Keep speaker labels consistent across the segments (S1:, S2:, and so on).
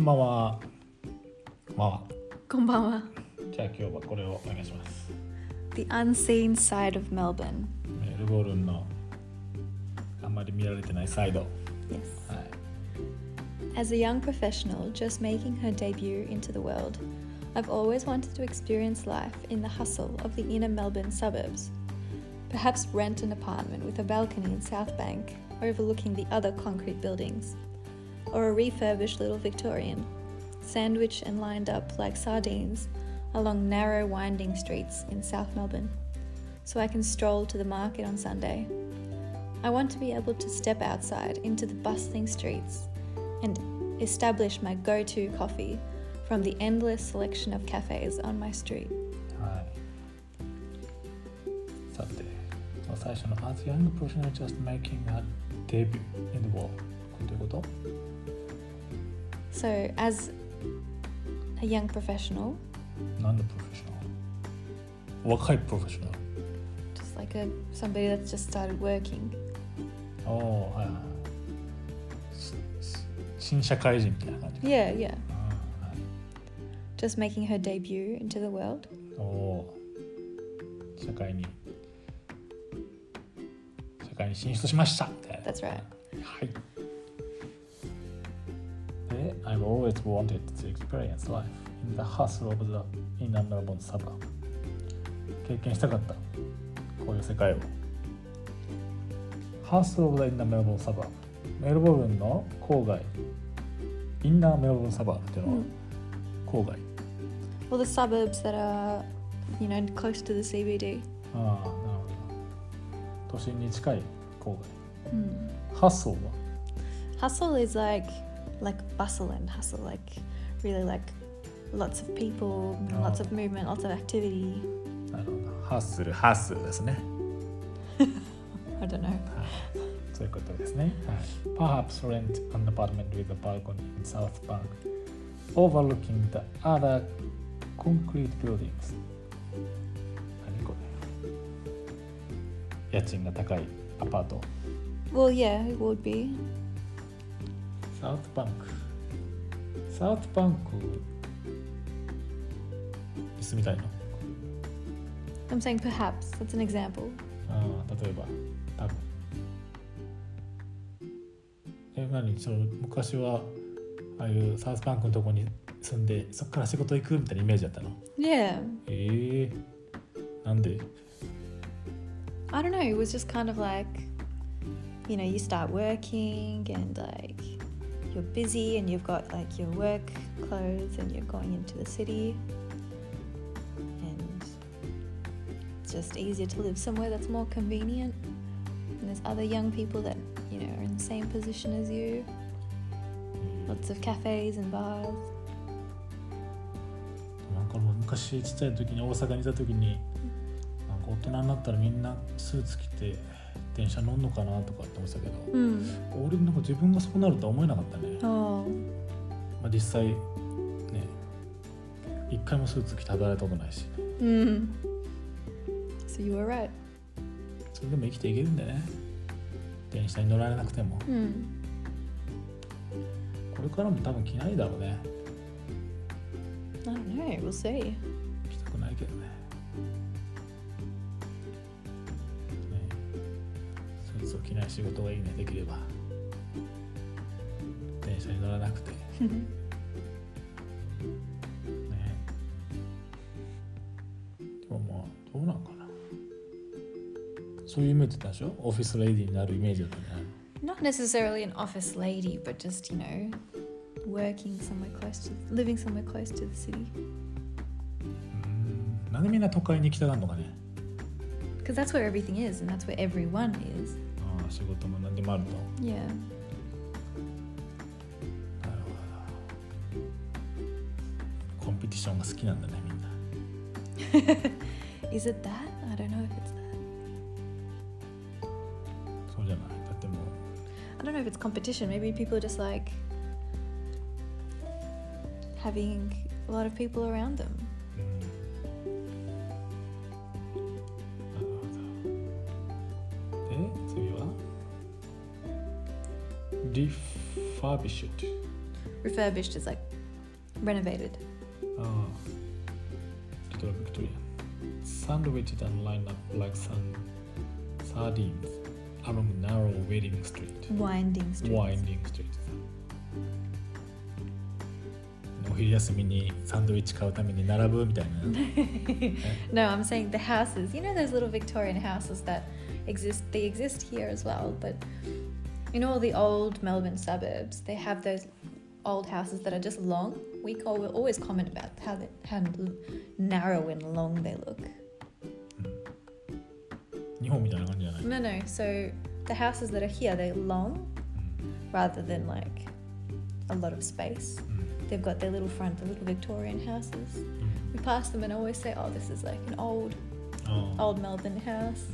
S1: んばんは。まあ、
S2: こんばんは。
S1: じゃあ今日はこれをお願いします。
S2: The Unseen Side of Melbourne。
S1: メルボルンのあんまり見られてないサイド。は
S2: Yes.
S1: い。
S2: As a young professional just making her debut into the world, I've always wanted to experience life in the hustle of the inner Melbourne suburbs. Perhaps rent an apartment with a balcony in South Bank, overlooking the other concrete buildings. Or a refurbished little Victorian, sandwiched and lined up like sardines along narrow, winding streets in South Melbourne, so I can stroll to the market on Sunday. I want to be able to step outside into the bustling streets and establish my go to coffee from the endless selection of cafes on my street.
S1: はい。さて、最初の As young professional just making a debut in the world どういうこと
S2: So, as a young professional,
S1: なんでプロフェッショナル若いプロフェッショナ
S2: just like a somebody that's just started working,
S1: ル。おお、はいはいはい。すす新社会人みたいな感じか。
S2: yeah, yeah,
S1: あー
S2: just making her debut into the world.
S1: おおー社会に社会に進出しましたみたいな
S2: That's right.
S1: はいで I've always wanted to experience life in the hustle of the inner Melbourne suburb 経験したかったこういう世界を Hustle of the inner Melbourne suburb メルボルンの郊外インナーメルボルンサバーっていうのは郊外、
S2: Well, the suburbs that are, you know, close to the CBD.
S1: ああなるほど都心に近い郊外
S2: Mm.
S1: ハッスルは
S2: Hustle is like, like bustle and hustle, like really like lots of people,
S1: Oh.
S2: lots of movement, lots of activity.
S1: なるほどハッスルハッスルですね
S2: I don't know.
S1: そういうことですね、はい、Perhaps rent an apartment with a balcony in South Bank overlooking the other concrete buildings 何これ家賃が高いアパート
S2: Well, yeah, it would be.
S1: サウスバンクサウスバンクに住みたいの
S2: I'm saying perhaps. That's an example.
S1: ああ例えば多分え何その昔はああいうサウスバンクのとこに住んでそっから仕事行くみたいなイメージだったの
S2: Yeah.
S1: ええなんで
S2: I don't know. It was just kind of like, you know, you start working and like you're busy and you've got like your work clothes and you're going into the city. And it's just easier to live somewhere that's more convenient. And there's other young people that, you know, are in the same position as you. Lots of cafes and bars.
S1: なんかもう昔ちっちゃい時に大阪にいた時になんか大人になったらみんなスーツ着て電車乗んのかなとかって思ってたけど
S2: Hmm.
S1: 俺なんか自分がそうなるとは思えなかったね、
S2: Oh.
S1: まあ、実際ね一回もスーツ着て働いたことないし
S2: Hmm. So you were right.
S1: それでも生きていけるんだね電車に乗られなくても
S2: Hmm.
S1: これからも多分着ないだろうね
S2: I don't know. We'll see.
S1: 着たくないけどねねスーツを着ない仕事がいいねできれば電車に乗らなくてねでもまあどうなんかなそういうイメージだったでしょオフィスレディーになるイメージだったんじゃないの
S2: Not necessarily an office lady, but just you know, working somewhere close to, living somewhere close to the city,
S1: うんなんでみんな都会に行きたがるのかね
S2: because that's where everything is, and that's where everyone is.
S1: ああ仕事も何でもあると
S2: Yeah.
S1: なるほどコンペティションが好きなんだねみんな
S2: Is it that? I don't know if it's that.
S1: そうじゃないだってもう
S2: I don't know if it's competition. Maybe people are just like having a lot of people around them.
S1: うんなるほどで次はリファビシュ
S2: Refurbished is like renovated.
S1: ああ、Little Victoria. Sandwiched and lined up like sun, sardines along narrow winding street.
S2: Winding streets.
S1: Winding street. お昼休みにサンドイッチ買うために並ぶみたいな。
S2: no, I'm saying the houses. You know those little Victorian houses that exist. They exist here as well, but in all the old Melbourne suburbs, they have those old houses that are just long. We call we always comment about how they, how l- narrow and long they look.
S1: 日本みたいな感じじゃない。
S2: No, no. So the houses that are here, they're long, rather than like a lot of space. They've got their little front, the little Victorian houses. We pass them and always say, "Oh, this is like an old,
S1: ああ。
S2: old Melbourne house."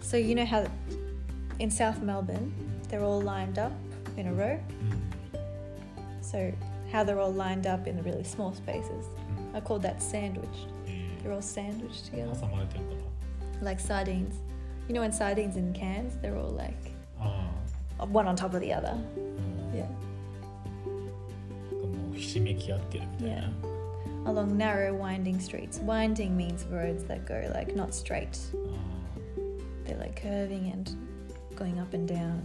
S2: So you know how in South Melbourne they're all lined up in a row.
S1: うんうん
S2: So how they're all lined up in the really small spaces. I call that sandwiched.
S1: え
S2: They're all sandwiched
S1: ー
S2: together
S1: 挟まれてるから。
S2: like sardines. You know, when sardines in cans, they're all like
S1: あ
S2: one on top of the other.
S1: あ。
S2: Yeah.
S1: うんもうひしめき合ってるみたい
S2: Yeah.
S1: な。
S2: Along narrow, winding streets. Winding means roads that go like not straight,
S1: あ
S2: they're like curving and going up and down,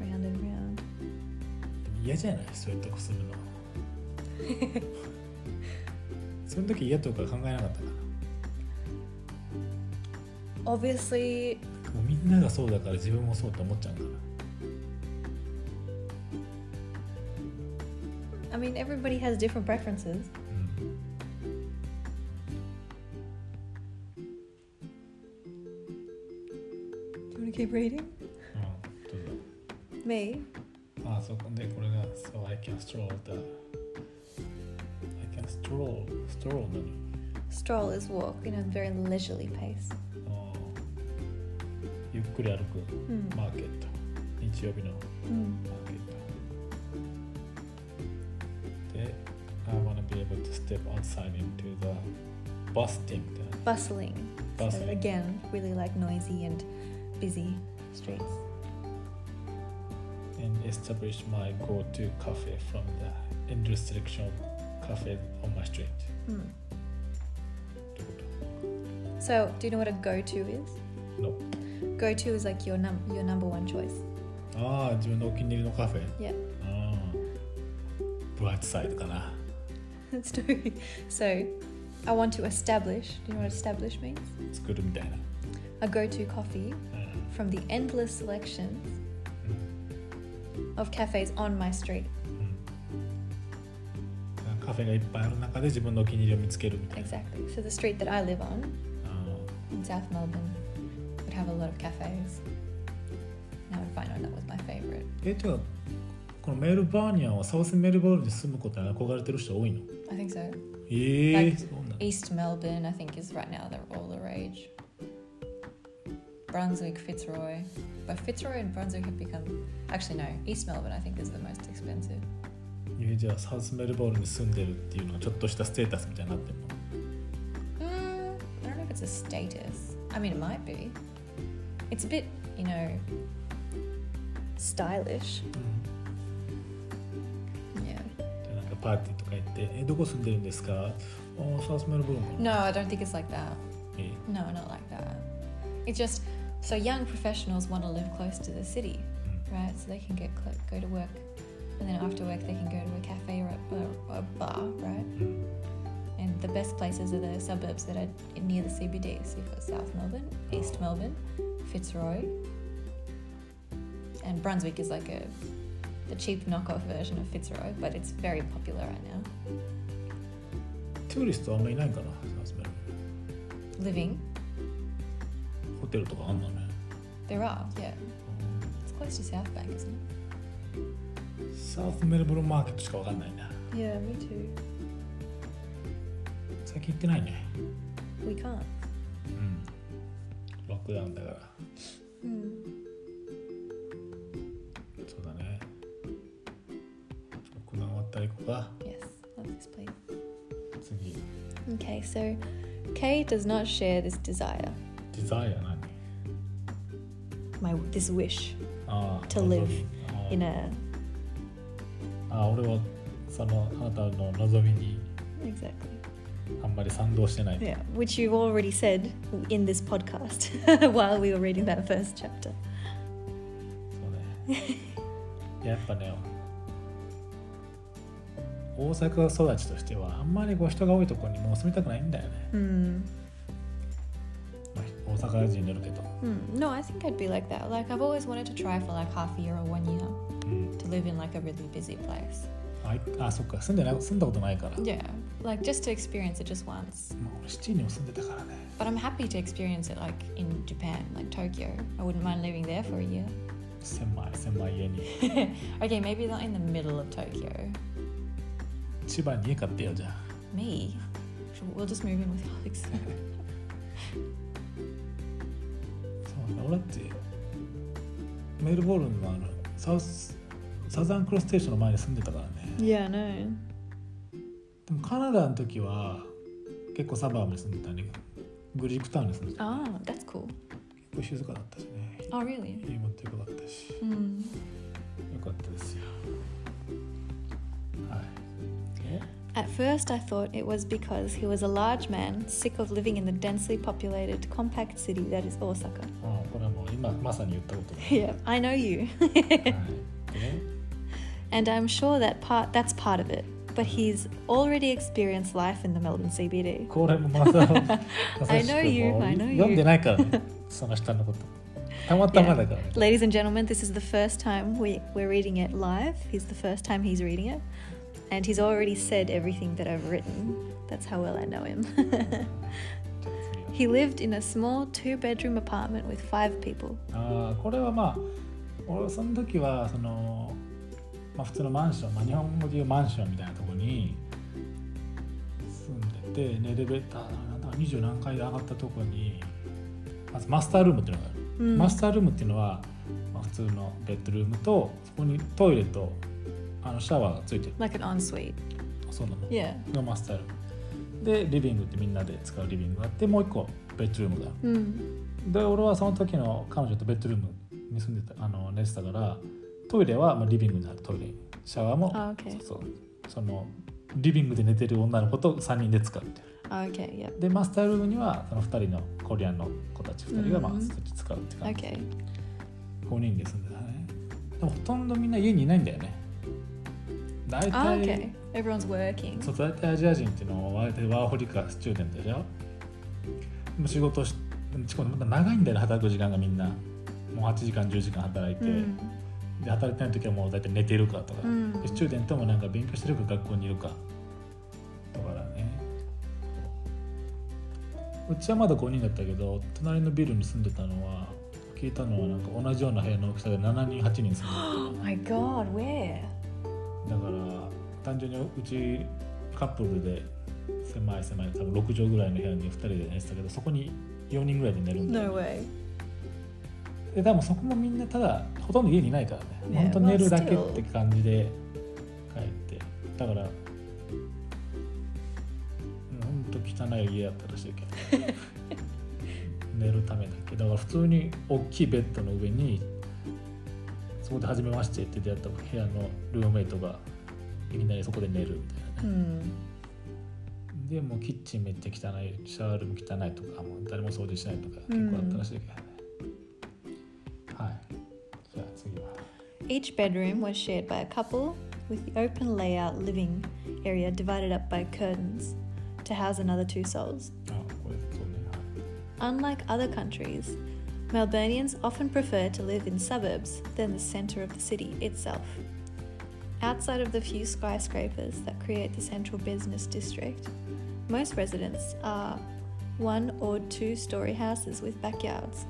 S2: round and round.
S1: あ嫌じゃないそういったこする の。その時嫌とか考えなかったかな。
S2: Obviously,
S1: もうみんながそうだから自分もそうって思っちゃうから。
S2: I mean, everybody has different preferences.
S1: うん。
S2: Do you want to keep reading?
S1: うん、どうぞ。
S2: Me?
S1: ああそこでこれが、そう、I can stroll the I can stroll stroll 何
S2: Stroll is walk in a very leisurely pace.
S1: ああゆっくり歩く
S2: Hmm.
S1: マーケット日曜日のマ
S2: Mm.
S1: ーケットで I wanna be able to step outside into the busting みたいな
S2: Bustling. So
S1: Bustling.
S2: again, really like noisy and busy streets.
S1: and establish my go-to cafe from the intersection of cafes on my street
S2: Hmm.
S1: ってこ
S2: So, do you know what a go-to is?
S1: と No
S2: Go-to is like your num- your number one choice.
S1: ああ自分のお気に入りのカフェ
S2: Yeah.
S1: ああブライトサイドかな
S2: That's true. So, I want to establish. Do you know what establish means?
S1: 作るみたいな
S2: A go-to coffee
S1: うん
S2: from the endless selections of cafes on my street.
S1: うんカフェがいっぱいある中で自分のお気に入りを見つけるみたいな
S2: Exactly. So the street that I live on,
S1: あ
S2: in South Melbourne would have a lot of cafes. And I would find out that was my favorite.
S1: ーえじゃあこのメルバーニアンはサウスメルボルンに住むことに憧れてる人多いの
S2: I think so.
S1: ええ
S2: Like-
S1: そうなんだ
S2: East Melbourne, I think, is right now they're all the rage. Brunswick, Fitzroy, but Fitzroy and Brunswick have become actually no. East Melbourne, I think, is the most expensive.
S1: えーじゃあサウスメルボルンに住んでるっていうのはちょっとしたステータスみたいになってるの
S2: Mm, I don't know if it's a status. I mean, it might be. It's a bit, you know, stylish. Yeah.
S1: でなんかパーティーとか行って「えどこ住んでるんですか?」「ああサウスメルボルンかな
S2: No, I don't think it's like that.
S1: え
S2: No, not like that. It's just so young professionals want to live close to the city, right? So they can get cl- go to work, and then after work they can go to a cafe or a, or a bar, right?
S1: うん、
S2: And the best places are the suburbs that are near the CBD. So you've got South Melbourne, East Melbourne, Fitzroy, and Brunswick is like a the cheap knockoff version of Fitzroy, but it's very popular right now.
S1: トゥーリストあんまいないかなサウスメルボ
S2: Living,
S1: ルンホテルとかあんだね
S2: there are, yeah. It's close to South Bank, isn't it?
S1: サウスメルボルンマーケットしかわかんないな
S2: Yeah, me too.
S1: 最近行ってないね
S2: We
S1: う
S2: can't.
S1: んロックダウンだから
S2: Hmm.
S1: そうだねロックダウン終わったら行こうか
S2: Yes, love this place.
S1: 次
S2: Okay, so Kay does not share this desire,
S1: デザイア何
S2: my this wish
S1: ああ
S2: To live
S1: ああ
S2: in a
S1: ああ俺はそのあなたの望みに
S2: Exactly.
S1: あんまり賛同してない、
S2: Yeah, which you've already said in this podcast while we were reading that first chapter.
S1: そうねやっぱね大阪育ちとしてはあんまりこう人が多いところにもう住みたくないんだよね、
S2: Hmm.
S1: まあ大阪人によるけど、
S2: Hmm. No, I think I'd be like that. Like, I've always wanted to try for like half a year or one year
S1: うん、
S2: to live in like a really busy place.
S1: あいあそっか住んでな住んだことないから、
S2: Yeah, like just to experience it just once.
S1: まあ、俺シティにも住んでたからね
S2: But I'm happy to experience it like in Japan, like Tokyo. I wouldn't mind living there for a year.
S1: 狭い狭い家に
S2: okay, maybe not in the middle of Tokyo.
S1: 千葉に家買ってよじゃあ
S2: Me? Sure, We'll just move in with Alex.
S1: そうね俺だってメールボールンのあのサウスサザンクロスステーションの前に住んでたからね
S2: yeah, no.
S1: でもカナダの時は結構サバーブに住んでたねグリックタウンに住んでた
S2: Oh, that's cool.
S1: 結構静かだったしね
S2: Oh, really?
S1: 家持ってよかったし
S2: Hmm.
S1: よかったですよはいで
S2: At first, I thought it was because he was a large man, sick of living in the densely populated, compact city that is Osaka.
S1: うんこれはもう今まさに言ったことだ
S2: yeah, I know you.
S1: はいでね
S2: and I'm sure that part that's part of it. But he's already experienced life in the Melbourne CBD.
S1: これもまた
S2: I know you, I know you.
S1: 読んでないからねその下のことたまたまだから ね
S2: Ladies and gentlemen, this is the first time we, we're reading it live. He's the first time he's reading it. And he's already said everything that I've written. That's how well I know him.
S1: じゃあ次は
S2: he lived in a small two bedroom apartment with five people.
S1: あーこれはまあ俺その時はその、まあ、普通のマンション、まあ、日本語でいうマンションみたいなところに住んでてねエレベーターなんだか20何階で上がったところにまずマスタールームっていうのがある、
S2: うん
S1: マスタールームっていうのは、まあ、普通のベッドルームとそこにトイレとあのシャワーがついてる
S2: Like an ensuite.
S1: そうなの
S2: Yeah.
S1: のマスタールームでリビングってみんなで使うリビングがあってもう一個ベッドルームがある
S2: Mm.
S1: で俺はその時の彼女とベッドルームに住んでたあの寝てたからトイレはまあリビングにあるトイレシャワーも、
S2: あ OK
S1: そうそうそのリビングで寝てる女の子と3人で使うみたい
S2: Oh, Okay, yep.
S1: なでマスタールームにはその2人のコリアンの子たち2人がま
S2: うん
S1: あそっち使うって感じ、
S2: Okay.
S1: 5人で住んでたねでもほとんどみんな家にいないんだよね大
S2: Oh,
S1: 体、
S2: okay. Everyone's working.
S1: そう大体アジア人っていうのは大体ワーホリかスチューデントでしょでも仕事ししかもまた長いんだよね働く時間がみんなもう8時間10時間働いて、
S2: Mm.
S1: で働いてない時はもう大体寝てるかとか、
S2: うん
S1: でスチューデントもなんか勉強してるか学校にいるかだからねうちはまだ5人だったけど隣のビルに住んでたのは聞いたのはなんか同じような部屋の大きさで7人8人住んでた
S2: Oh my god, where?
S1: だから単純にうちカップルで狭い狭い多分6畳ぐらいの部屋に2人で寝てたけどそこに4人ぐらいで寝るんだよ
S2: No way.
S1: で多分そこもみんなただほとんど家にいないからね
S2: Yeah,
S1: 本当寝るだけって感じで帰ってだからうんほんと汚い家やったらしいけど寝るためだけだから普通に大きいベッドの上にそこで初めましてって出会った部屋のルームメイトがいきなりそこで寝るみたいなね
S2: Hmm.
S1: でもうキッチンめっちゃ汚いシャワールーム汚いとかもう誰も掃除しないとか
S2: うん
S1: 結構あったらしいけどね、はいじゃあ次は
S2: Each bedroom was shared by a couple, with the open layout living area divided up by curtains to house another two souls.
S1: あこれそうねはい
S2: Unlike other countries, Melburnians often prefer to live in suburbs than the centre of the city itself. Outside of the few skyscrapers that create the central business district, most residents are one or two story houses with backyards.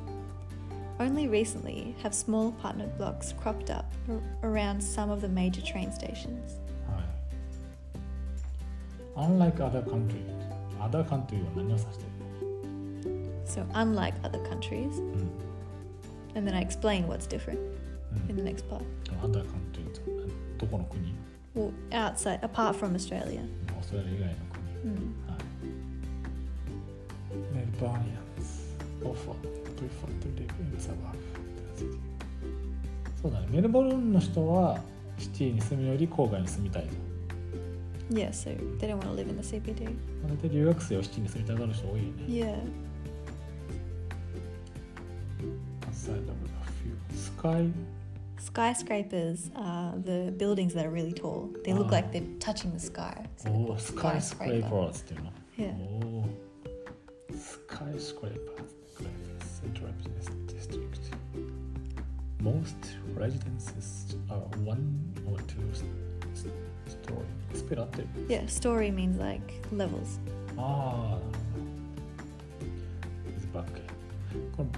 S2: Only recently have small apartment blocks cropped up ar- around some of the major train stations.
S1: はい。Unlike other country, other country は何を指して
S2: So, unlike other countries,
S1: るの、うん、
S2: and then I explain what's different in the next part.
S1: ?Other country って何どこの国
S2: Well, outside, apart from Australia.
S1: オーストラリア以外の
S2: Mm.
S1: 国。はい。メルバーニアンズ、オファー、プリファートリブインサバそうだね、メルボルンの人はシティに住むより郊外に住みたいと。
S2: Yeah, so they don't want to live in the CBD.
S1: まあ大体留学生を七にするたがる人多いよね。
S2: Yeah.
S1: Outside of the field. Sky
S2: Skyscrapers are the buildings that are really tall. They look
S1: Ah.
S2: like they're touching the sky. So
S1: おお
S2: skyscraper
S1: スカイスクレーパーズっていうの。
S2: Yeah.
S1: おおスカイスクレーパーズ。Central Business District. Most residences are one or two s- s- story. スペル合ってる
S2: yeah, story means like levels.
S1: ああ、なるほど。水パック。この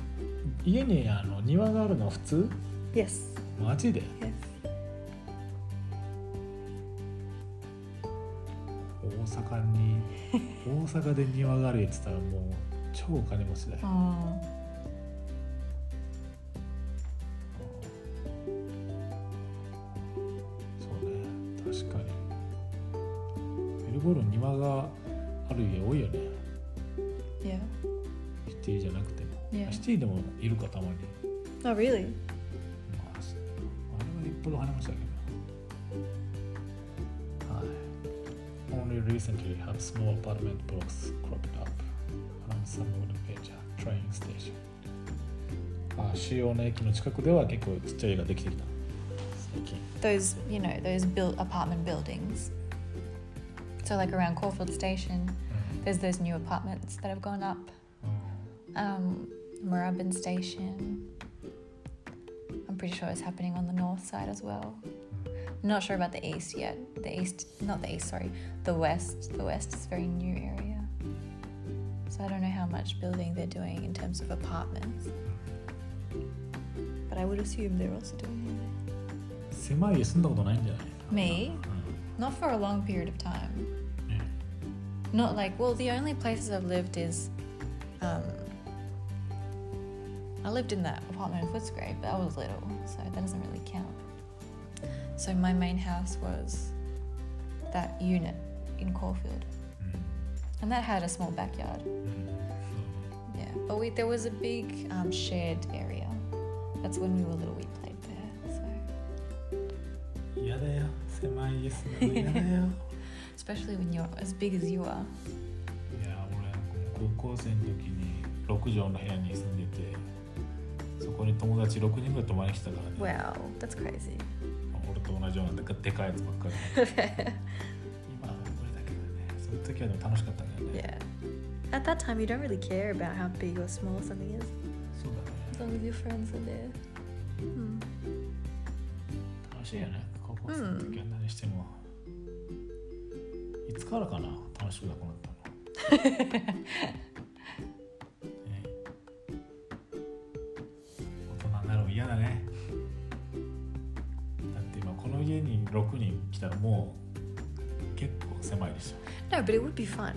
S1: 家にあの庭があるの普通
S2: Yes.
S1: マジで
S2: Yes.
S1: 大阪に大阪で庭があるやつったらもう超お金持ちだよ。
S2: Oh.
S1: そうね、確かに。メルボルン庭がある家多いよね。
S2: Yeah.
S1: シティじゃなくても。
S2: Yeah.
S1: シティでもいるかたまに。
S2: Oh, really?
S1: まあ、しあれはよっぽど金持ちだけどな。はい。Only recently have small apartment blocks cropped up around some of the major train station. あ主要な駅の近くでは結構ちっちゃい家ができてきた。最近。
S2: Those, you know, those built apartment buildings. So, like around Caulfield Station,
S1: うん
S2: there's those new apartments that have gone up.
S1: う
S2: Um, Moorabbin Station. I'm pretty sure it's happening on the north side as well. Not sure about the east yet. The east, not the east, sorry, the west. The west is a very new area. So I don't know how much building they're doing in terms of apartments. But I would assume they're also doing
S1: ん狭い家住んだことないんじゃない
S2: it. Me?
S1: う
S2: Not for a long period of time.
S1: んね
S2: Not like, well, the only places I've lived is. Um, I lived in that apartment in Footscray, but I was little, so that doesn't really count. So my main house was that unit in Caulfield.
S1: う
S2: And that had a small backyard.
S1: んうんそう
S2: Yeah. But we, there was a big um, shared area. That's when we were little, we played there. So
S1: 嫌だよ狭い家 住むの嫌だよい
S2: especially when you're as big as you are.
S1: や俺高校生の時に6畳の部屋に住んでてそこに友達6人ぐらい泊まりに来たからね、
S2: Wow, that's crazy.
S1: 俺と同じようなでかでかいやつばっかり今は俺だけどねその時はでも楽しかったんだよね
S2: Yeah. At that time, you don't really care about how big or small something is,
S1: そうだね
S2: as long as your friends are there. Hmm.
S1: 楽しいよね高校生の時は何しても、いつからかな楽しくなくなったの、ね大人になるの嫌だねだって今この家に6人来たらもう結構狭いでし
S2: No, but it would be fun.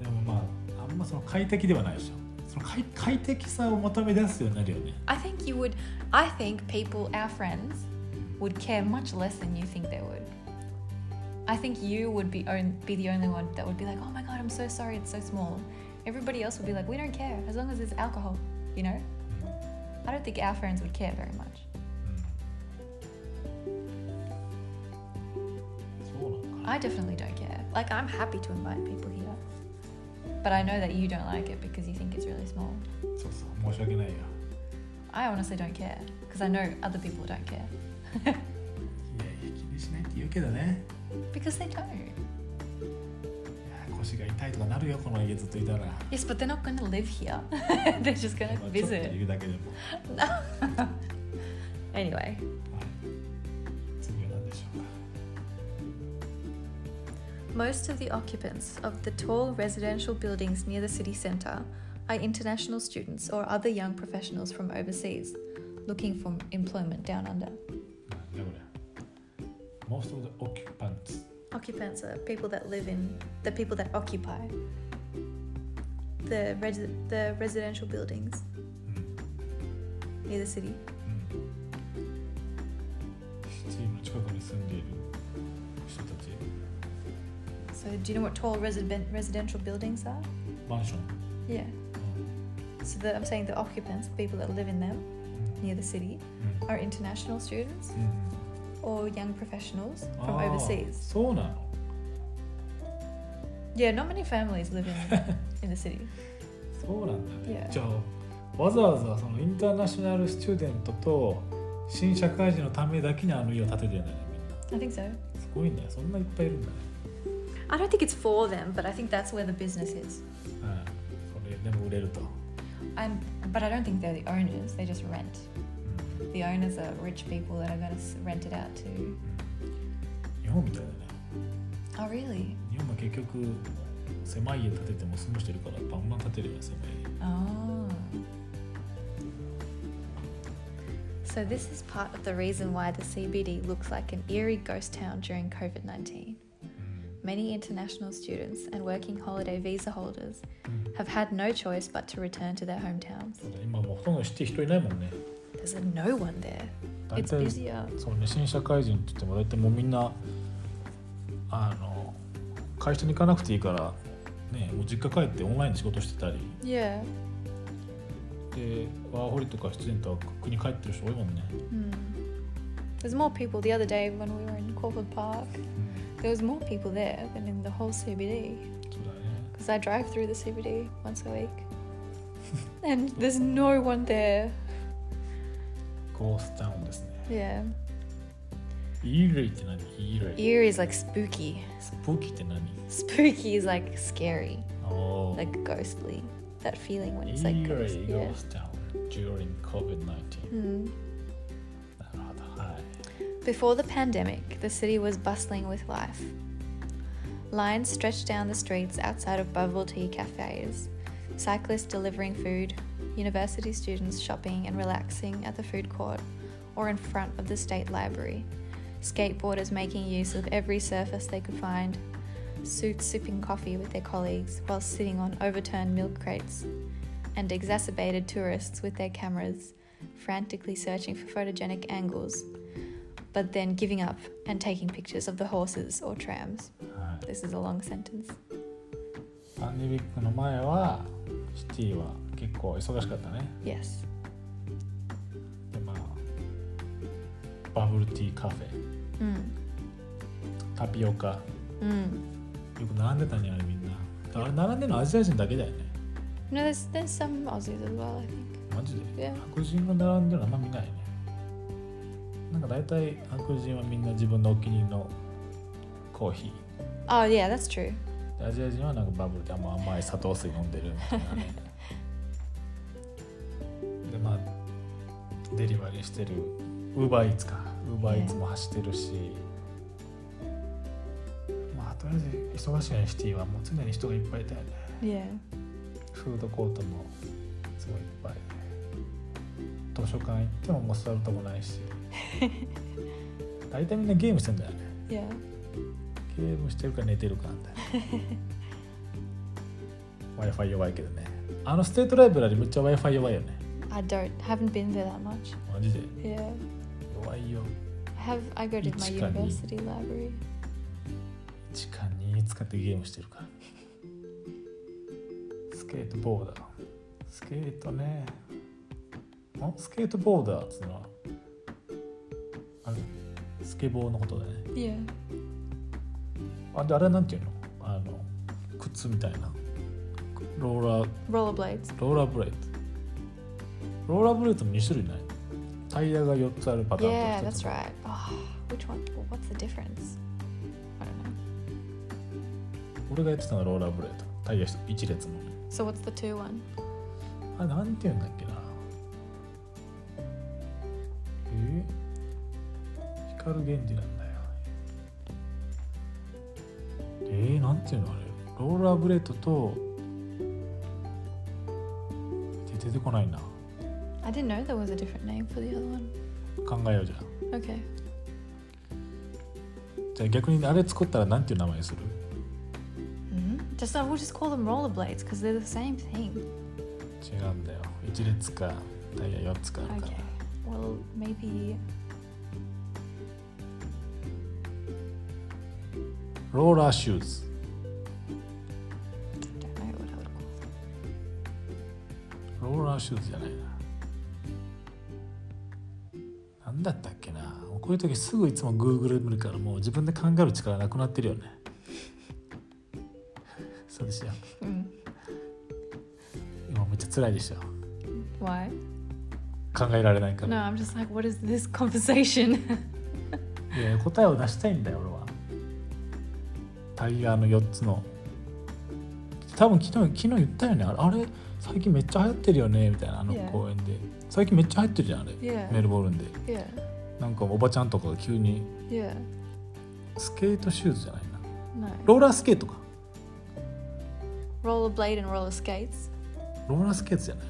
S1: ょでもまああんまその快適ではないでしょその快快適さを求め出すようになるよね
S2: I think you would. I think people, our friends, would care much less than you think they would. I think you would be on, be the only one that would be like, "Oh my god, I'm so sorry, it's so small." Everybody else would be like, "We don't care as long as there's alcohol," you know. I don't think our friends would care very much.
S1: そうなのかな
S2: I definitely don't care. Like, I'm happy to invite people here. But I know that you don't like it because you think it's really small.
S1: そうそう申し訳ないよ
S2: I honestly don't care because I know other people don't care.
S1: いやいや気にしないって言うけどね
S2: Because they don't.
S1: いや腰が痛いとかなるよこの家ずっといたら
S2: Yes, but they're not going to live here. they're just going
S1: まあち
S2: to
S1: ょっと
S2: visit.
S1: 言うだけでも、は
S2: Anyway,
S1: い、次は何でしょうか
S2: most of the occupants of the tall residential buildings near the city centre are international students or other young professionals from overseas looking for employment down under.
S1: なんだこれ Most of the occupants
S2: occupants are people that live in the people that occupy the res- the residential buildings
S1: うん
S2: near the city.
S1: うんシティの近くに住んでいる人たち
S2: So do you know what tall resident residential buildings are?
S1: マンション、
S2: Yeah. So the, I'm saying the occupants, the people that live in them
S1: うん
S2: near the city,
S1: うん
S2: are international students
S1: うん
S2: or or young professionals from
S1: あー
S2: overseas.
S1: そうなの
S2: Yeah, not many families live in, in the city.
S1: そうなんだね。
S2: Yeah.
S1: じゃあわざわざそのインターナショナルスチューデントと新社会人のためだけにあの家を建ててるんだよねみんな。
S2: I think so.
S1: すごいね。そんないっぱいいるんだね。
S2: I don't think it's for them, but I think that's where the business is.
S1: うん。それでも売れると。
S2: I'm, but I don't think they're the owners. They just rent.
S1: うん
S2: The owners are rich people that are going to rent it out to.
S1: 日本みたいだね。
S2: Oh, really?
S1: 日本も結局狭い家建てても住む人いるからバンバン建てるよね狭い家。
S2: Oh. So, this is part of the reason why the CBD looks like an eerie ghost town during COVID 19. Many international students and working holiday visa holders have had no choice but to return to their hometowns.
S1: そうだ今もうほとんど知ってる人いないもんね。
S2: There's a no one there.
S1: 大
S2: It's
S1: 体
S2: busier.
S1: そうね新社会人って言っても大体もうみんなあの会社に行かなくていいから、ね、もう実家帰ってオンラインで仕事してたり
S2: Yeah.
S1: でワーホリとか出演とは国帰ってる人多いもんね、
S2: Hmm. There's more people the other day when we were in Corford Park. There was more people there than in the whole CBD.
S1: そうだね
S2: because I drive through the CBD once a week, and there's no one there.
S1: ゴーストタウンですね
S2: Yeah,
S1: イーレイって何イーレイ
S2: eerie is like spooky.
S1: スプーキーって何
S2: Spooky is like scary,
S1: おー
S2: like ghostly. That feeling when
S1: イ
S2: it's like
S1: ー
S2: ghost.
S1: レイゴ
S2: Yeah.
S1: ーストタウン during COVID-19
S2: Mm.
S1: なるほどはい
S2: Before the pandemic, the city was bustling with life. Lines stretched down the streets outside of bubble tea cafes, cyclists delivering food, university students shopping and relaxing at the food court or in front of the state library, skateboarders making use of every surface they could find, suits sipping coffee with their colleagues while sitting on overturned milk crates, and exacerbated tourists with their cameras, frantically searching for photogenic angles but then giving up and taking pictures of the horses or trams.
S1: はい
S2: This is a long sentence.
S1: パンデミックの前はシティは結構忙しかったね
S2: Yes.
S1: でまあバブルティーカフェ
S2: Mm.
S1: タピオカ
S2: Mm.
S1: よく並んでたんやあれみんなあれ並んでるのアジア人だけだよね
S2: No, there's there's some Aussies as well. I think.
S1: マジで
S2: え
S1: 白人が並んでるのあんま見ないねなんか大体白人はみんな自分のお気に入りのコーヒ
S2: Oh yeah, that's true.
S1: ーでアジア人はなんかバブルであんま甘い砂糖水飲んでるみたいな でまあデリバリーしてるウーバーイーツかウーバーイーツも走ってるし、まあとりあえず忙しいよねシティはもう常に人がいっぱいいたよね
S2: Yeah.
S1: フードコートもすごいいっぱい図書館行ってももう座るとこない し大体みんなゲームしてんだよね
S2: Yeah.
S1: ゲームしてるか寝てるかみ たいな w i f i 弱いけどねあのステートライブラリめっちゃ w i f i 弱いよね
S2: I don't haven't been there that much.
S1: マジで
S2: Yeah.
S1: 弱いよ
S2: I have I go to my
S1: Ichikani.
S2: university library.
S1: 時間に使ってゲームしてるからスケートボーダースケートねあスケートボーダーっつうのはあれスケボーのことだね
S2: Yeah.
S1: あであれはなんていうのあの靴みたいなローラー
S2: Rollerblades.
S1: ローラーブレードローラーブレードも2種類ないタイヤが4つあるパターン
S2: Yeah,
S1: 一つ
S2: that's right. Oh, which one? well, What's the difference? I don't know.
S1: 俺がやってたのはローラーブレードタイヤ1列の
S2: So what's the two one?
S1: あなんて言うんだっけなえ光源氏なんだよえー、なんていうのあれローラーブレードとで出てこないな
S2: I didn't know there was a different name for the other one.
S1: 考えようじゃん
S2: Okay.
S1: じゃあ逆にあれ作ったらなんていう名前する
S2: Mm-hmm. Just I will just call them rollerblades because they're the same thing.
S1: 違うんだよ一列かタイヤ4つかあるから
S2: Okay. Well, maybe
S1: ローラーシューズ
S2: I don't know what I would call them.
S1: ローラーシューズじゃないな。なんだったっけな。もうこういう時すぐいつも Google 見るからもう自分で考える力なくなってるよね そうでしょ
S2: うん
S1: 今めっちゃ辛いでしょ
S2: Why?
S1: 考えられないか
S2: No,
S1: ら、
S2: I'm just like, what is this conversation?
S1: いや答えを出したいんだよ俺はタイヤの4つの多分昨日昨日言ったよねあれあれ最近めっちゃ流行ってるよねみたいなあの
S2: Yeah.
S1: 公園で最近めっちゃ流行ってるじゃんあれ、
S2: Yeah.
S1: メルボルンで
S2: yeah,
S1: なんかおばちゃんとかが急に
S2: yeah,
S1: スケートシューズじゃないな
S2: no.
S1: ローラースケートか
S2: Rollerblade and roller skates,
S1: ローラースケートじゃない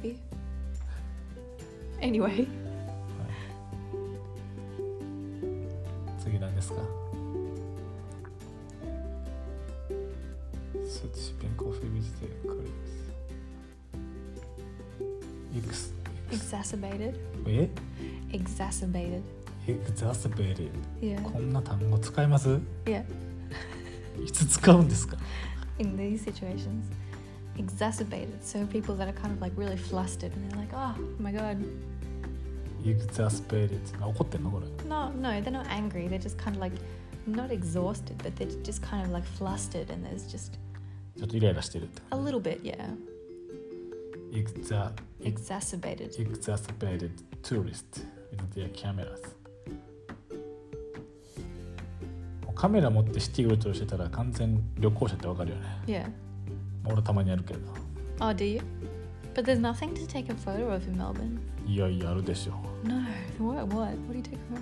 S2: maybe. Anyway,
S1: 次何ですか Such shipping coffee with the colleagues. Ex-
S2: exacerbated,
S1: え
S2: exacerbated.
S1: exacerbated
S2: Yeah,
S1: こんな単語使います
S2: yeah.
S1: いつ使うんですか
S2: In these situations, exacerbated. So people that are kind of like really flustered and they're like, oh my god.
S1: exasperated あ怒ってんのこれ
S2: No, no, they're not angry. They're just kind of like not exhausted, but they're just kind of like flustered and there's just
S1: ちょっとイライラしてるって
S2: a little bit, yeah,
S1: exa
S2: exacerbated.
S1: exacerbated tourist with their cameras もうカメラ持ってシティうろちょろしてたら完全旅行者ってわかるよね
S2: Yeah.
S1: もう俺たまにやるけど
S2: Oh, do you? But there's nothing to take a photo of in Melbourne.
S1: いやいやあるでしょ
S2: No. What? What? What do you take a photo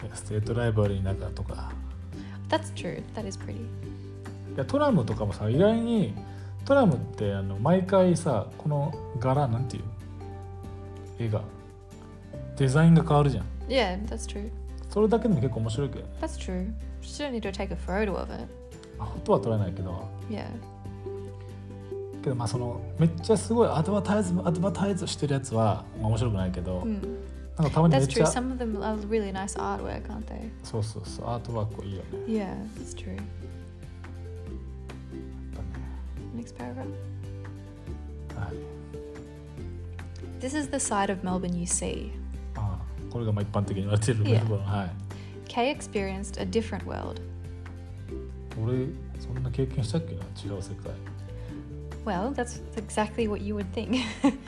S2: of?
S1: いやステートライバルの中とか
S2: That's true. That is pretty.
S1: いやトラムとかもさ意外にトラムってあの毎回さこの柄なんていう絵がデザインが変わるじゃん
S2: Yeah, that's true.
S1: それだけでも結構面白いけどね
S2: That's true. You just don't need to take a photo of it.
S1: あ音は取れないけど
S2: Yeah.
S1: けどまあそのめっちゃすごいアドバタイズアドバタイズしてるやつは、まあ、面白くないけど、
S2: Mm.
S1: なんかたまにめっ
S2: That's
S1: ち
S2: true.
S1: ゃ
S2: Some of them are really nice artwork, aren't they?
S1: そうそうそうアートワークいいよね
S2: Yeah, that's true. Next paragraph.
S1: はい
S2: This is the side of Melbourne you see.
S1: ああこれがまあ一般的に言われてる
S2: いや
S1: 部分はい
S2: Kay experienced a different world.
S1: 俺そんな経験したっけな違う世界
S2: Well, that's exactly what you would think.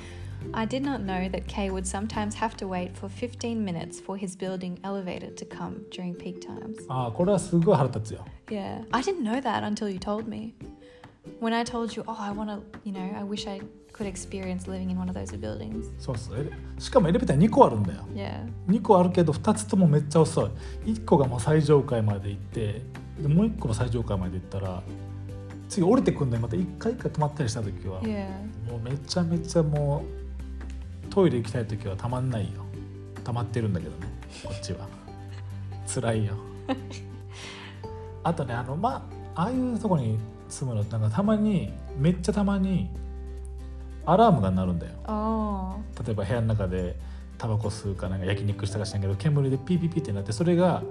S2: I did not know that Kay would sometimes have to wait for 15 minutes for his building elevator to come during peak times.
S1: ああこれはすごい腹立つよ
S2: Yeah, I didn't know that until you told me. When I told you, oh, I want to, you know, I wish I could experience living in one of those buildings.
S1: そうそうエレしかもエレベーター2個あるんだよ
S2: Yeah,
S1: 2個あるけど2つともめっちゃ遅い1個がもう最上階まで行ってでもう1個も最上階まで行ったら次降りてくんだよまた1回1回止まったりした時は
S2: yeah,
S1: もうめちゃめちゃもうトイレ行きたい時はたまんないよたまってるんだけどねこっちは辛いよあとねあのまあああいうとこに住むのってなんかたまにめっちゃたまにアラームが鳴るんだよ
S2: oh,
S1: 例えば部屋の中でタバコ吸うかなんか焼肉したかしないけど煙でピーピーピーってなってそれが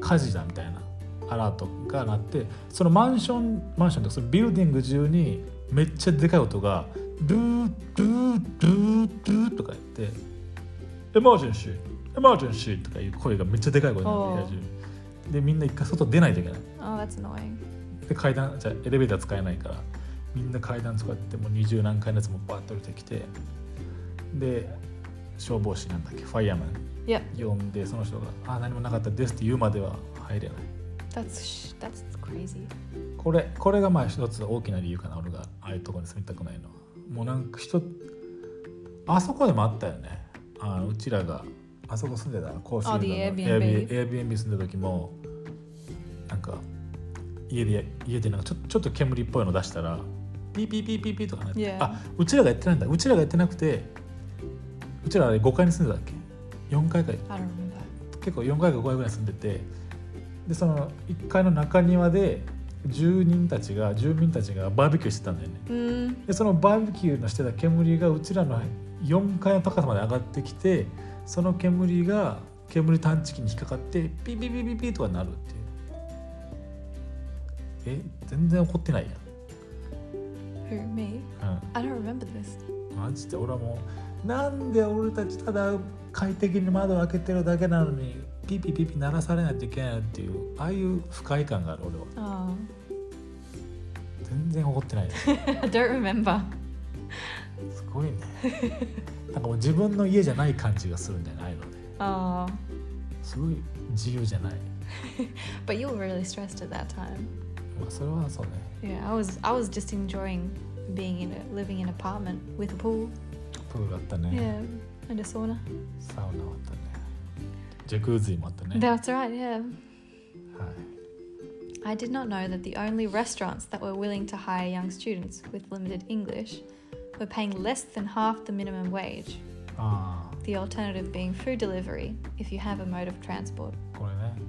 S1: 火事だみたいなアラートが鳴ってそのマンションマンションとかそのビルディング中にめっちゃでかい音がルールールールーとか言って「エマージェンシーエマージェンシー」とかいう声がめっちゃでかい声になる
S2: おう
S1: 部屋中にでみんな一回外出ないといけない
S2: oh, that's annoying.
S1: で階段じゃあエレベーター使えないからみんな階段使ってもう二十何階のやつもバーッと降りてきてで消防士なんだっけファイヤーマン
S2: Yep,
S1: 呼んでその人が「あ何もなかったです」って言うまでは入れない
S2: that's sh- that's crazy.
S1: これこれがまあ一つ大きな理由かな俺がああいうところに住みたくないのはもうなんか人あそこでもあったよねあのうちらがあそこ住んでたコーシー
S2: あ
S1: ル
S2: the
S1: ドの
S2: Airbnb
S1: Airbnb 住んでた時もなんか家で家でなんかちょちょっと煙っぽいの出したらピーピーピーピーピーとかなって、
S2: Yeah.
S1: あうちらがやってないんだうちらがやってなくてうちらあれ5階に住んでたっけ4階か
S2: I don't remember.
S1: 結構4階か5階ぐらい住んでてでその1階の中庭で住人たちが住民たちがバーベキューしてたんだよね
S2: Mm,
S1: でそのバーベキューのしてた煙がうちらの4階の高さまで上がってきてその煙が煙探知機に引っかかってピピピピピとかなるっていうえ全然怒ってないや
S2: who me?
S1: ん、うん
S2: I don't remember this.
S1: マジで俺はもうなんで俺たちただ快適に窓を開けてるだけなのにピピピピ鳴らされないといけないっていうああいう不快感がある俺は
S2: Oh,
S1: 全然怒ってないです
S2: I don't remember.
S1: すごいねなんかもう自分の家じゃない感じがするんじゃないので
S2: Oh,
S1: すごい自由じゃない、
S2: but you were really stressed at that time.
S1: まあ、それはそうね
S2: Yeah, I was. I was just enjoying being in a living in an apartment with a pool.
S1: プールあったね、
S2: Yeah, and a sauna.
S1: サウナもあったねジャグーズイもあったね、はい、
S2: That's right. Yeah. I did not know that the only restaurants that were willing to hire young students with limited English were paying less than half the minimum wage,
S1: あ
S2: the alternative being food delivery if you have a mode of transport.
S1: あこれね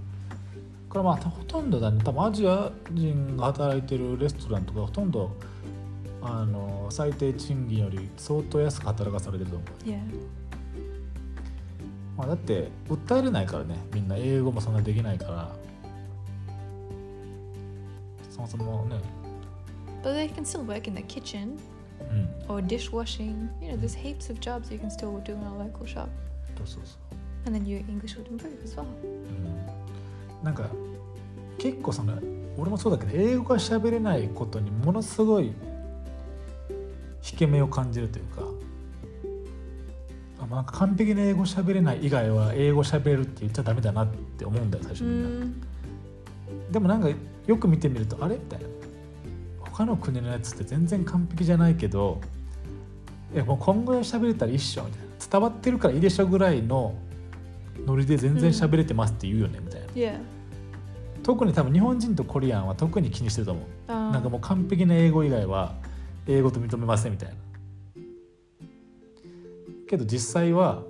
S1: これまあほとんどだね多分アジア人が働いてるレストランとかほとんどあの最低賃金より相当安く働かされてると思う
S2: Yeah.
S1: まあ、だって訴えれないからねみんな英語もそんなできないからそもそもね
S2: But they can still work in the kitchen
S1: うん
S2: or dishwashing. You know, there's heaps of jobs you can still do in a local shop.
S1: そうそうそ
S2: And then your English would improve as well.
S1: う、うん、なんか結構その俺もそうだけど英語が喋れないことにものすごい引け目を感じるというかあなんか完璧な英語喋れない以外は英語喋るって言っちゃダメだなって思うんだよ最初みんな。
S2: Mm.
S1: でもなんかよく見てみるとあれみたいな他の国のやつって全然完璧じゃないけどいやもうこんぐらい喋れたら一緒みたいな伝わってるからいいでしょぐらいのノリで全然喋れてますって言うよねみたいな
S2: Yeah.
S1: 特に多分日本人とコリアンは特に気にしてると思う
S2: Um,
S1: なんかもう完璧な英語以外は英語と認めませんみたいなけど実際は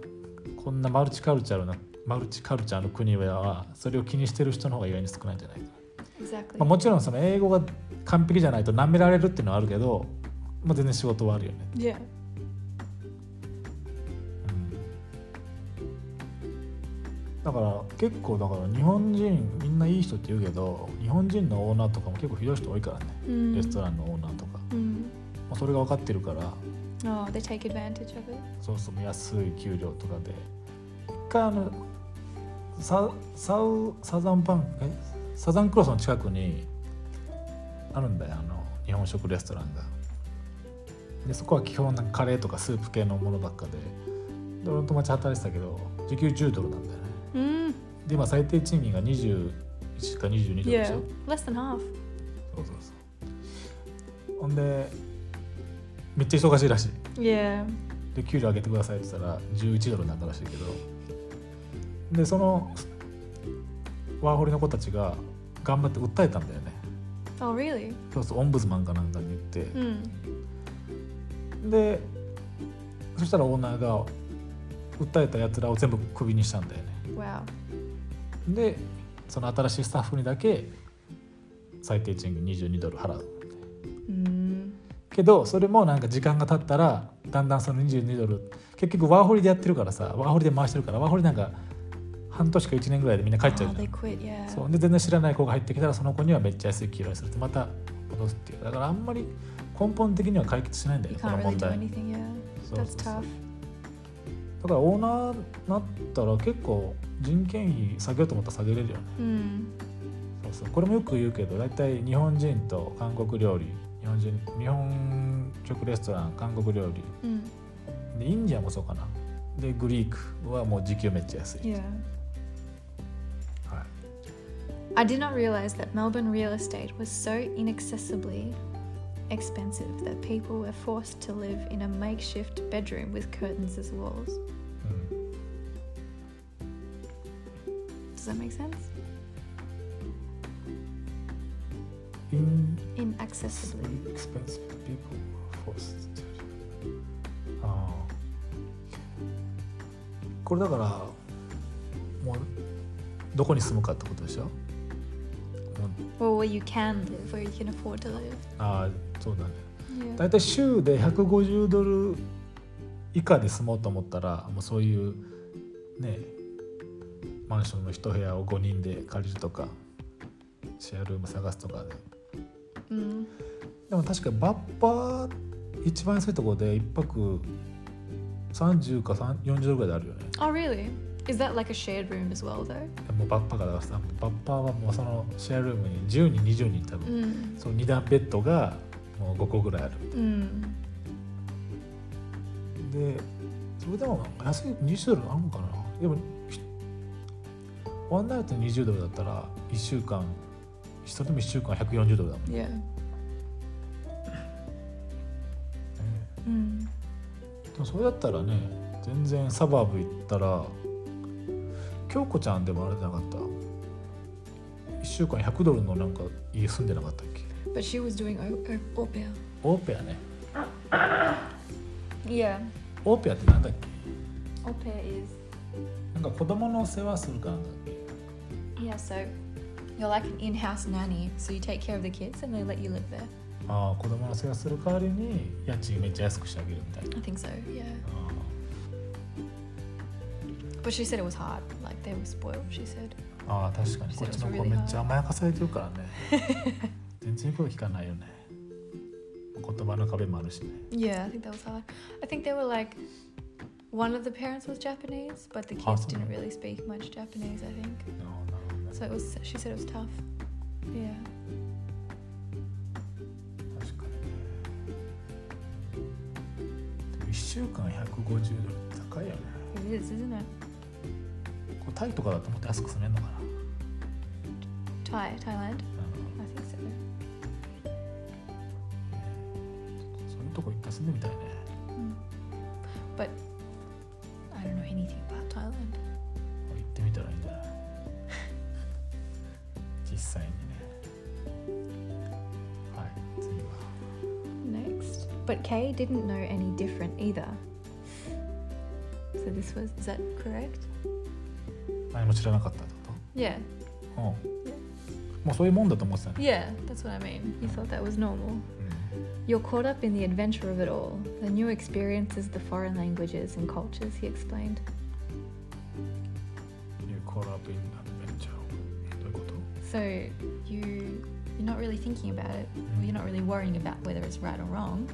S1: こんなマルチカルチャルなマルチカルチャーの国はそれを気にしてる人の方が意外に少ないんじゃないかな
S2: exactly.
S1: まあ、もちろんその英語が完璧じゃないと舐められるっていうのはあるけど、まあ、全然仕事はあるよね、
S2: Yeah.
S1: だから結構だから日本人みんないい人って言うけど日本人のオーナーとかも結構ひどい人多いからね、
S2: Mm.
S1: レストランのオーナーとか、ま
S2: Mm.
S1: あ、それが分かってるから
S2: Oh, they take advantage of it.
S1: そうそう安い給料とかで一回あのササウサザンパンえサザンクロスの近くにあるんだよあの日本食レストランがでそこは基本なんかカレーとかスープ系のものばっかでで俺の友達働いてたけど時給10ドルなんだよね
S2: Mm.
S1: で今最低賃金が21か22ドルでし
S2: Yeah.
S1: ょ
S2: Less
S1: そうそ
S2: than half.
S1: うそうほんでめっちゃ忙しいらしい
S2: Yeah.
S1: で給料上げてくださいって言ったら11ドルになったらしいけどでそのワーホリの子たちが頑張って訴えたんだよね
S2: Oh, really?
S1: そうそうオンブズマンかなんかに言って、
S2: Mm.
S1: でそしたらオーナーが訴えたやつらを全部クビにしたんだよね
S2: Wow.
S1: でその新しいスタッフにだけ最低賃金22ドル払う
S2: Mm.
S1: けどそれもなんか時間が経ったらだんだんその22ドル結局ワーホリでやってるからさワーホリで回してるからワーホリなんか半年か1年ぐらいでみんな帰っ
S2: Oh,
S1: ちゃうじゃ
S2: they
S1: ん
S2: quit, yeah.
S1: そうで全然知らない子が入ってきたらその子にはめっちゃ安い黄色にするってまた戻すっていうだからあんまり根本的には解決しないんだよ
S2: You
S1: ねこの
S2: can't
S1: 問
S2: really do
S1: 題
S2: anything, yeah.
S1: そうそう
S2: That's
S1: そう
S2: tough.
S1: だからオーナーになったら結構人件費下げようと思ったら下げれるよね
S2: Mm.
S1: そうそうこれもよく言うけど大体日本人と韓国料理日本人日本食レストラン韓国料理
S2: Mm.
S1: でインディアンもそうかなでグリークはもう時給めっちゃ安い、
S2: Yeah.
S1: はい
S2: I did not realize that Melbourne real estate was so inaccessibly expensive that people were forced to live in a makeshift bedroom with curtains as walls.
S1: うん、
S2: Does that make sense?
S1: イン
S2: Inaccessibly.
S1: expensive people are forced to ああこれだからもうどこに住むかってことでしょもう
S2: Or where you can live, where you can afford to live.
S1: ああそうだね
S2: Yeah.
S1: 大体週で150ドル以下で住もうと思ったらもうそういうねマンションの一部屋を5人で借りるとかシェアルーム探すとかで
S2: Mm.
S1: でも確かバッパー一番安いところで1泊30か3 40度ぐらいであるよね
S2: Oh, really? Is that like a shared room as well, though?
S1: でもうバッパーからさバッパーはもうそのシェアルームに10人20人多分、
S2: Mm.
S1: その2段ベッドがもう5個ぐらいある
S2: Mm.
S1: でそれでも安い20ドルあるのかなでもひワンナイト20ドルだったら1週間一人でも1週間140ドルだもんね
S2: Yeah. Mm.
S1: でもそれだったらね全然サバーブ行ったら京子ちゃんでもあれじゃなかった1週間100ドルのなんか家住んでなかったっけ
S2: But she was doing au, au, au pair.
S1: オーペアね
S2: Yeah.
S1: オーペアってなんだっけ
S2: Au pair is.
S1: なんか子供の世話するかなんだっけ
S2: Yeah, so you're like an in house nanny, so you take care of the kids and they let you live there.
S1: ああ子供の世話する代わりに家賃めっちゃ安くしてあげるみたいな
S2: I think so, yeah.
S1: あ
S2: But she said it was hard. Like they were spoiled, she said.
S1: あああ確かにこっちの子めっちゃ甘やかされてるからね 全然言うこと聞かないよね言葉の壁もあるしね
S2: Yeah, I think that was hard. I think they were like one of the parents was Japanese, but the kids
S1: Awesome.
S2: didn't really speak much Japanese, I think.
S1: ああなるほどね
S2: So it was she said it was tough. Yeah.
S1: 確かに1週間150ドルって高いよね
S2: It is, isn't it?
S1: こうタイとかだともっと安く住めんのかな
S2: Thai, Thailand?
S1: な
S2: I think so.
S1: んかそういうとこ一回住んでみたいね
S2: Mm. But I don't know anything about Thailand.
S1: 行ってみたらいいんじゃない 実際にねはい次は
S2: Next. But Kay didn't know any different either. So this was is that correct?
S1: 何も知らなかったってこ
S2: Yeah.
S1: とうんもうそういうもんだと思ってたね、
S2: Yeah, that's what I mean. You thought that was normal. You're caught up in the adventure of it all, the new experiences, the foreign languages and cultures, he explained.
S1: うん、You call up in adventure どういうこと
S2: So you you're not really thinking about it. Well, you're not really worrying about whether it's right or wrong,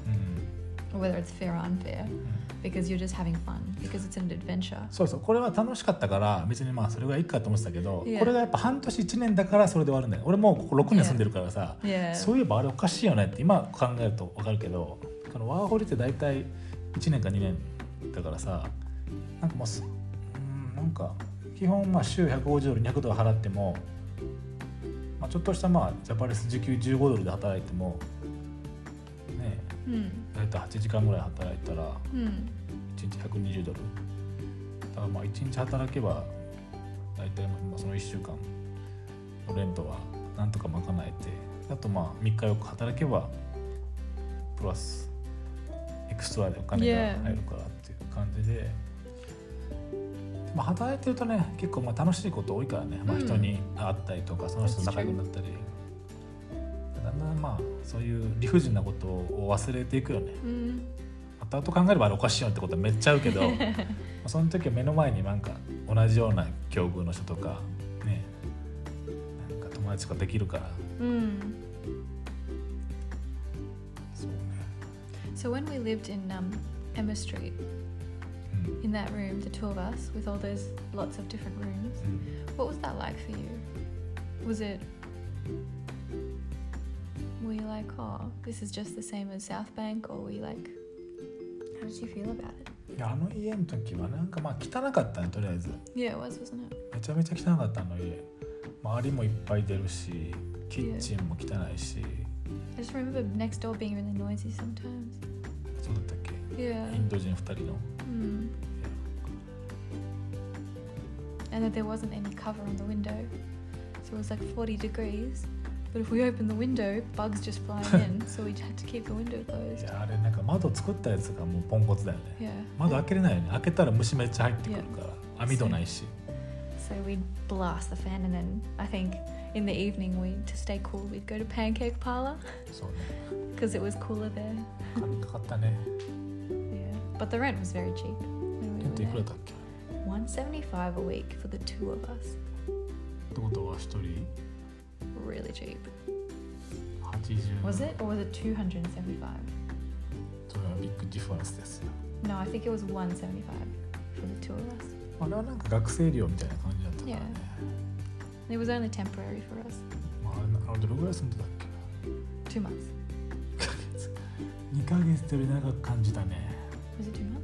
S1: うん、
S2: or whether it's fair or unfair,
S1: うん
S2: because you're just having fun, because it's an adventure.
S1: そうそうこれは楽しかったから別にまあそれがいいかと思ってたけど、
S2: Yeah.
S1: これがやっぱ半年1年だからそれで終わるんだよ俺もうここ6年住んでるからさ、
S2: Yeah.
S1: そういえばあれおかしいよねって今考えると分かるけどこのワーホリって大体1年か2年だからさなんかもうすうんなんか基本まあ週150ドル200ドル払っても、まあ、ちょっとしたまあジャパレス時給15ドルで働いてもね
S2: Hmm.
S1: 大体8時間ぐらい働いたら
S2: Hmm.
S1: 1日120ドルだからまあ1日働けば大体まあその1週間のレントはなんとか賄えてあとまあ3日4日働けばプラスエクストラでお金が入るからっていう感じで。でも働いてるとね結構まあ楽しいこと多いからね、まあ、
S2: うん
S1: 人に会ったりとかその人と仲良く
S2: That's true.
S1: なったりだんだんまあそういう理不尽なことを忘れていくよね
S2: Hmm.
S1: 後々考えればあれおかしいよってことはめっちゃある けどその時は目の前になんか同じような境遇の人とかねなんか友達ができるから
S2: Hmm.
S1: そうね、
S2: So when we lived in um, Emma Street,
S1: うん
S2: in that room, the two of us, with all those lots of different rooms,
S1: うん、
S2: what was that like for you? Was it? Were you like, oh, this is just the same as South Bank, or were you like, how did you feel about it?
S1: いやあの家の時はなんかまあ汚かったねとりあえず
S2: Yeah, it was, wasn't it?
S1: めちゃめちゃ汚かったあの家周りもいっぱい出るしキッチンも汚いし
S2: I just remember next door being really noisy sometimes.
S1: そうだったっけ
S2: Yeah.
S1: インド人2人の
S2: Mm. And that there wasn't any cover on the window, so it was like 40 degrees. But if we opened the window, bugs just flying in, so we had to keep the window
S1: い
S2: closed.
S1: やあれなんか窓作ったやつがもうポンコツだよね
S2: Yeah.
S1: 窓開けれないよね開けたら虫めっちゃ入ってくるから網戸ないし
S2: So we'd blast the fan, and then I think in the evening, we to stay cool, we'd go to Pancake Parlor
S1: そうね
S2: because it was cooler there.
S1: 金かかったね
S2: Yeah. But the rent was very cheap. When
S1: えっとい
S2: we
S1: く
S2: were
S1: ら
S2: there.
S1: だっけ
S2: 175 a week for the two of us.
S1: ってことは1人
S2: Really cheap.
S1: 80 Mm.
S2: Was it or was it 275?
S1: それはビッグディファレンスですよ
S2: No, I think it was 175 for the two of us.
S1: あれはなんか学生寮みたいな感じだったからね、
S2: It was only temporary for us.
S1: まあ、あれなあれどれぐらい住んでたっけ
S2: Two months.
S1: 2ヶ月2ヶ月ってより長く感じたね
S2: Was it two months?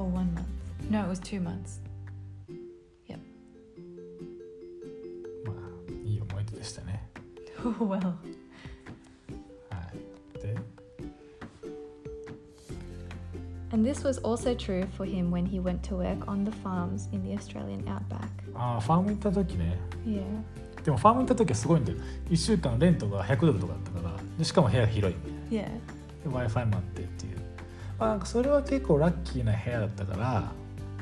S2: Or one month? No, it was two months.
S1: まあいい思い出でしたね
S2: Oh well.
S1: はいで
S2: And this was also true for him when he went to work on the farms in the Australian outback.
S1: ああファーム行った時ね
S2: Yeah.
S1: でもファーム行った時はすごいんだよ1週間レントが100ドルとかだったからでしかも部屋広い
S2: Yeah.
S1: w i f i もあってっていう、まあ、なんかそれは結構ラッキーな部屋だったから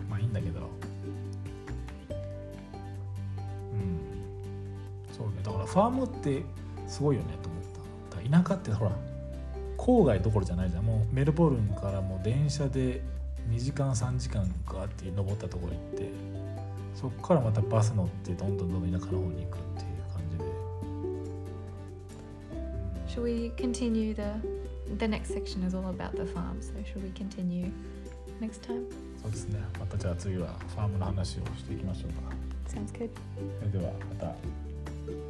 S1: まあいいんだけどうんそうねだからファームってすごいよねと思っただから田舎ってほら郊外どころじゃないじゃんもうメルボルンからもう電車で2時間3時間かって登ったところ行ってそこからまたバス乗ってどんどんどんどん田舎の方に行くっていう感じで
S2: Shall we continue the the next section is all about the farm, so shall we continue next time?
S1: そうですねまたじゃあ次はファームの話をしていきましょうか
S2: Sounds good.
S1: それではま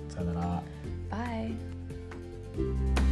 S1: たさよなら
S2: Bye.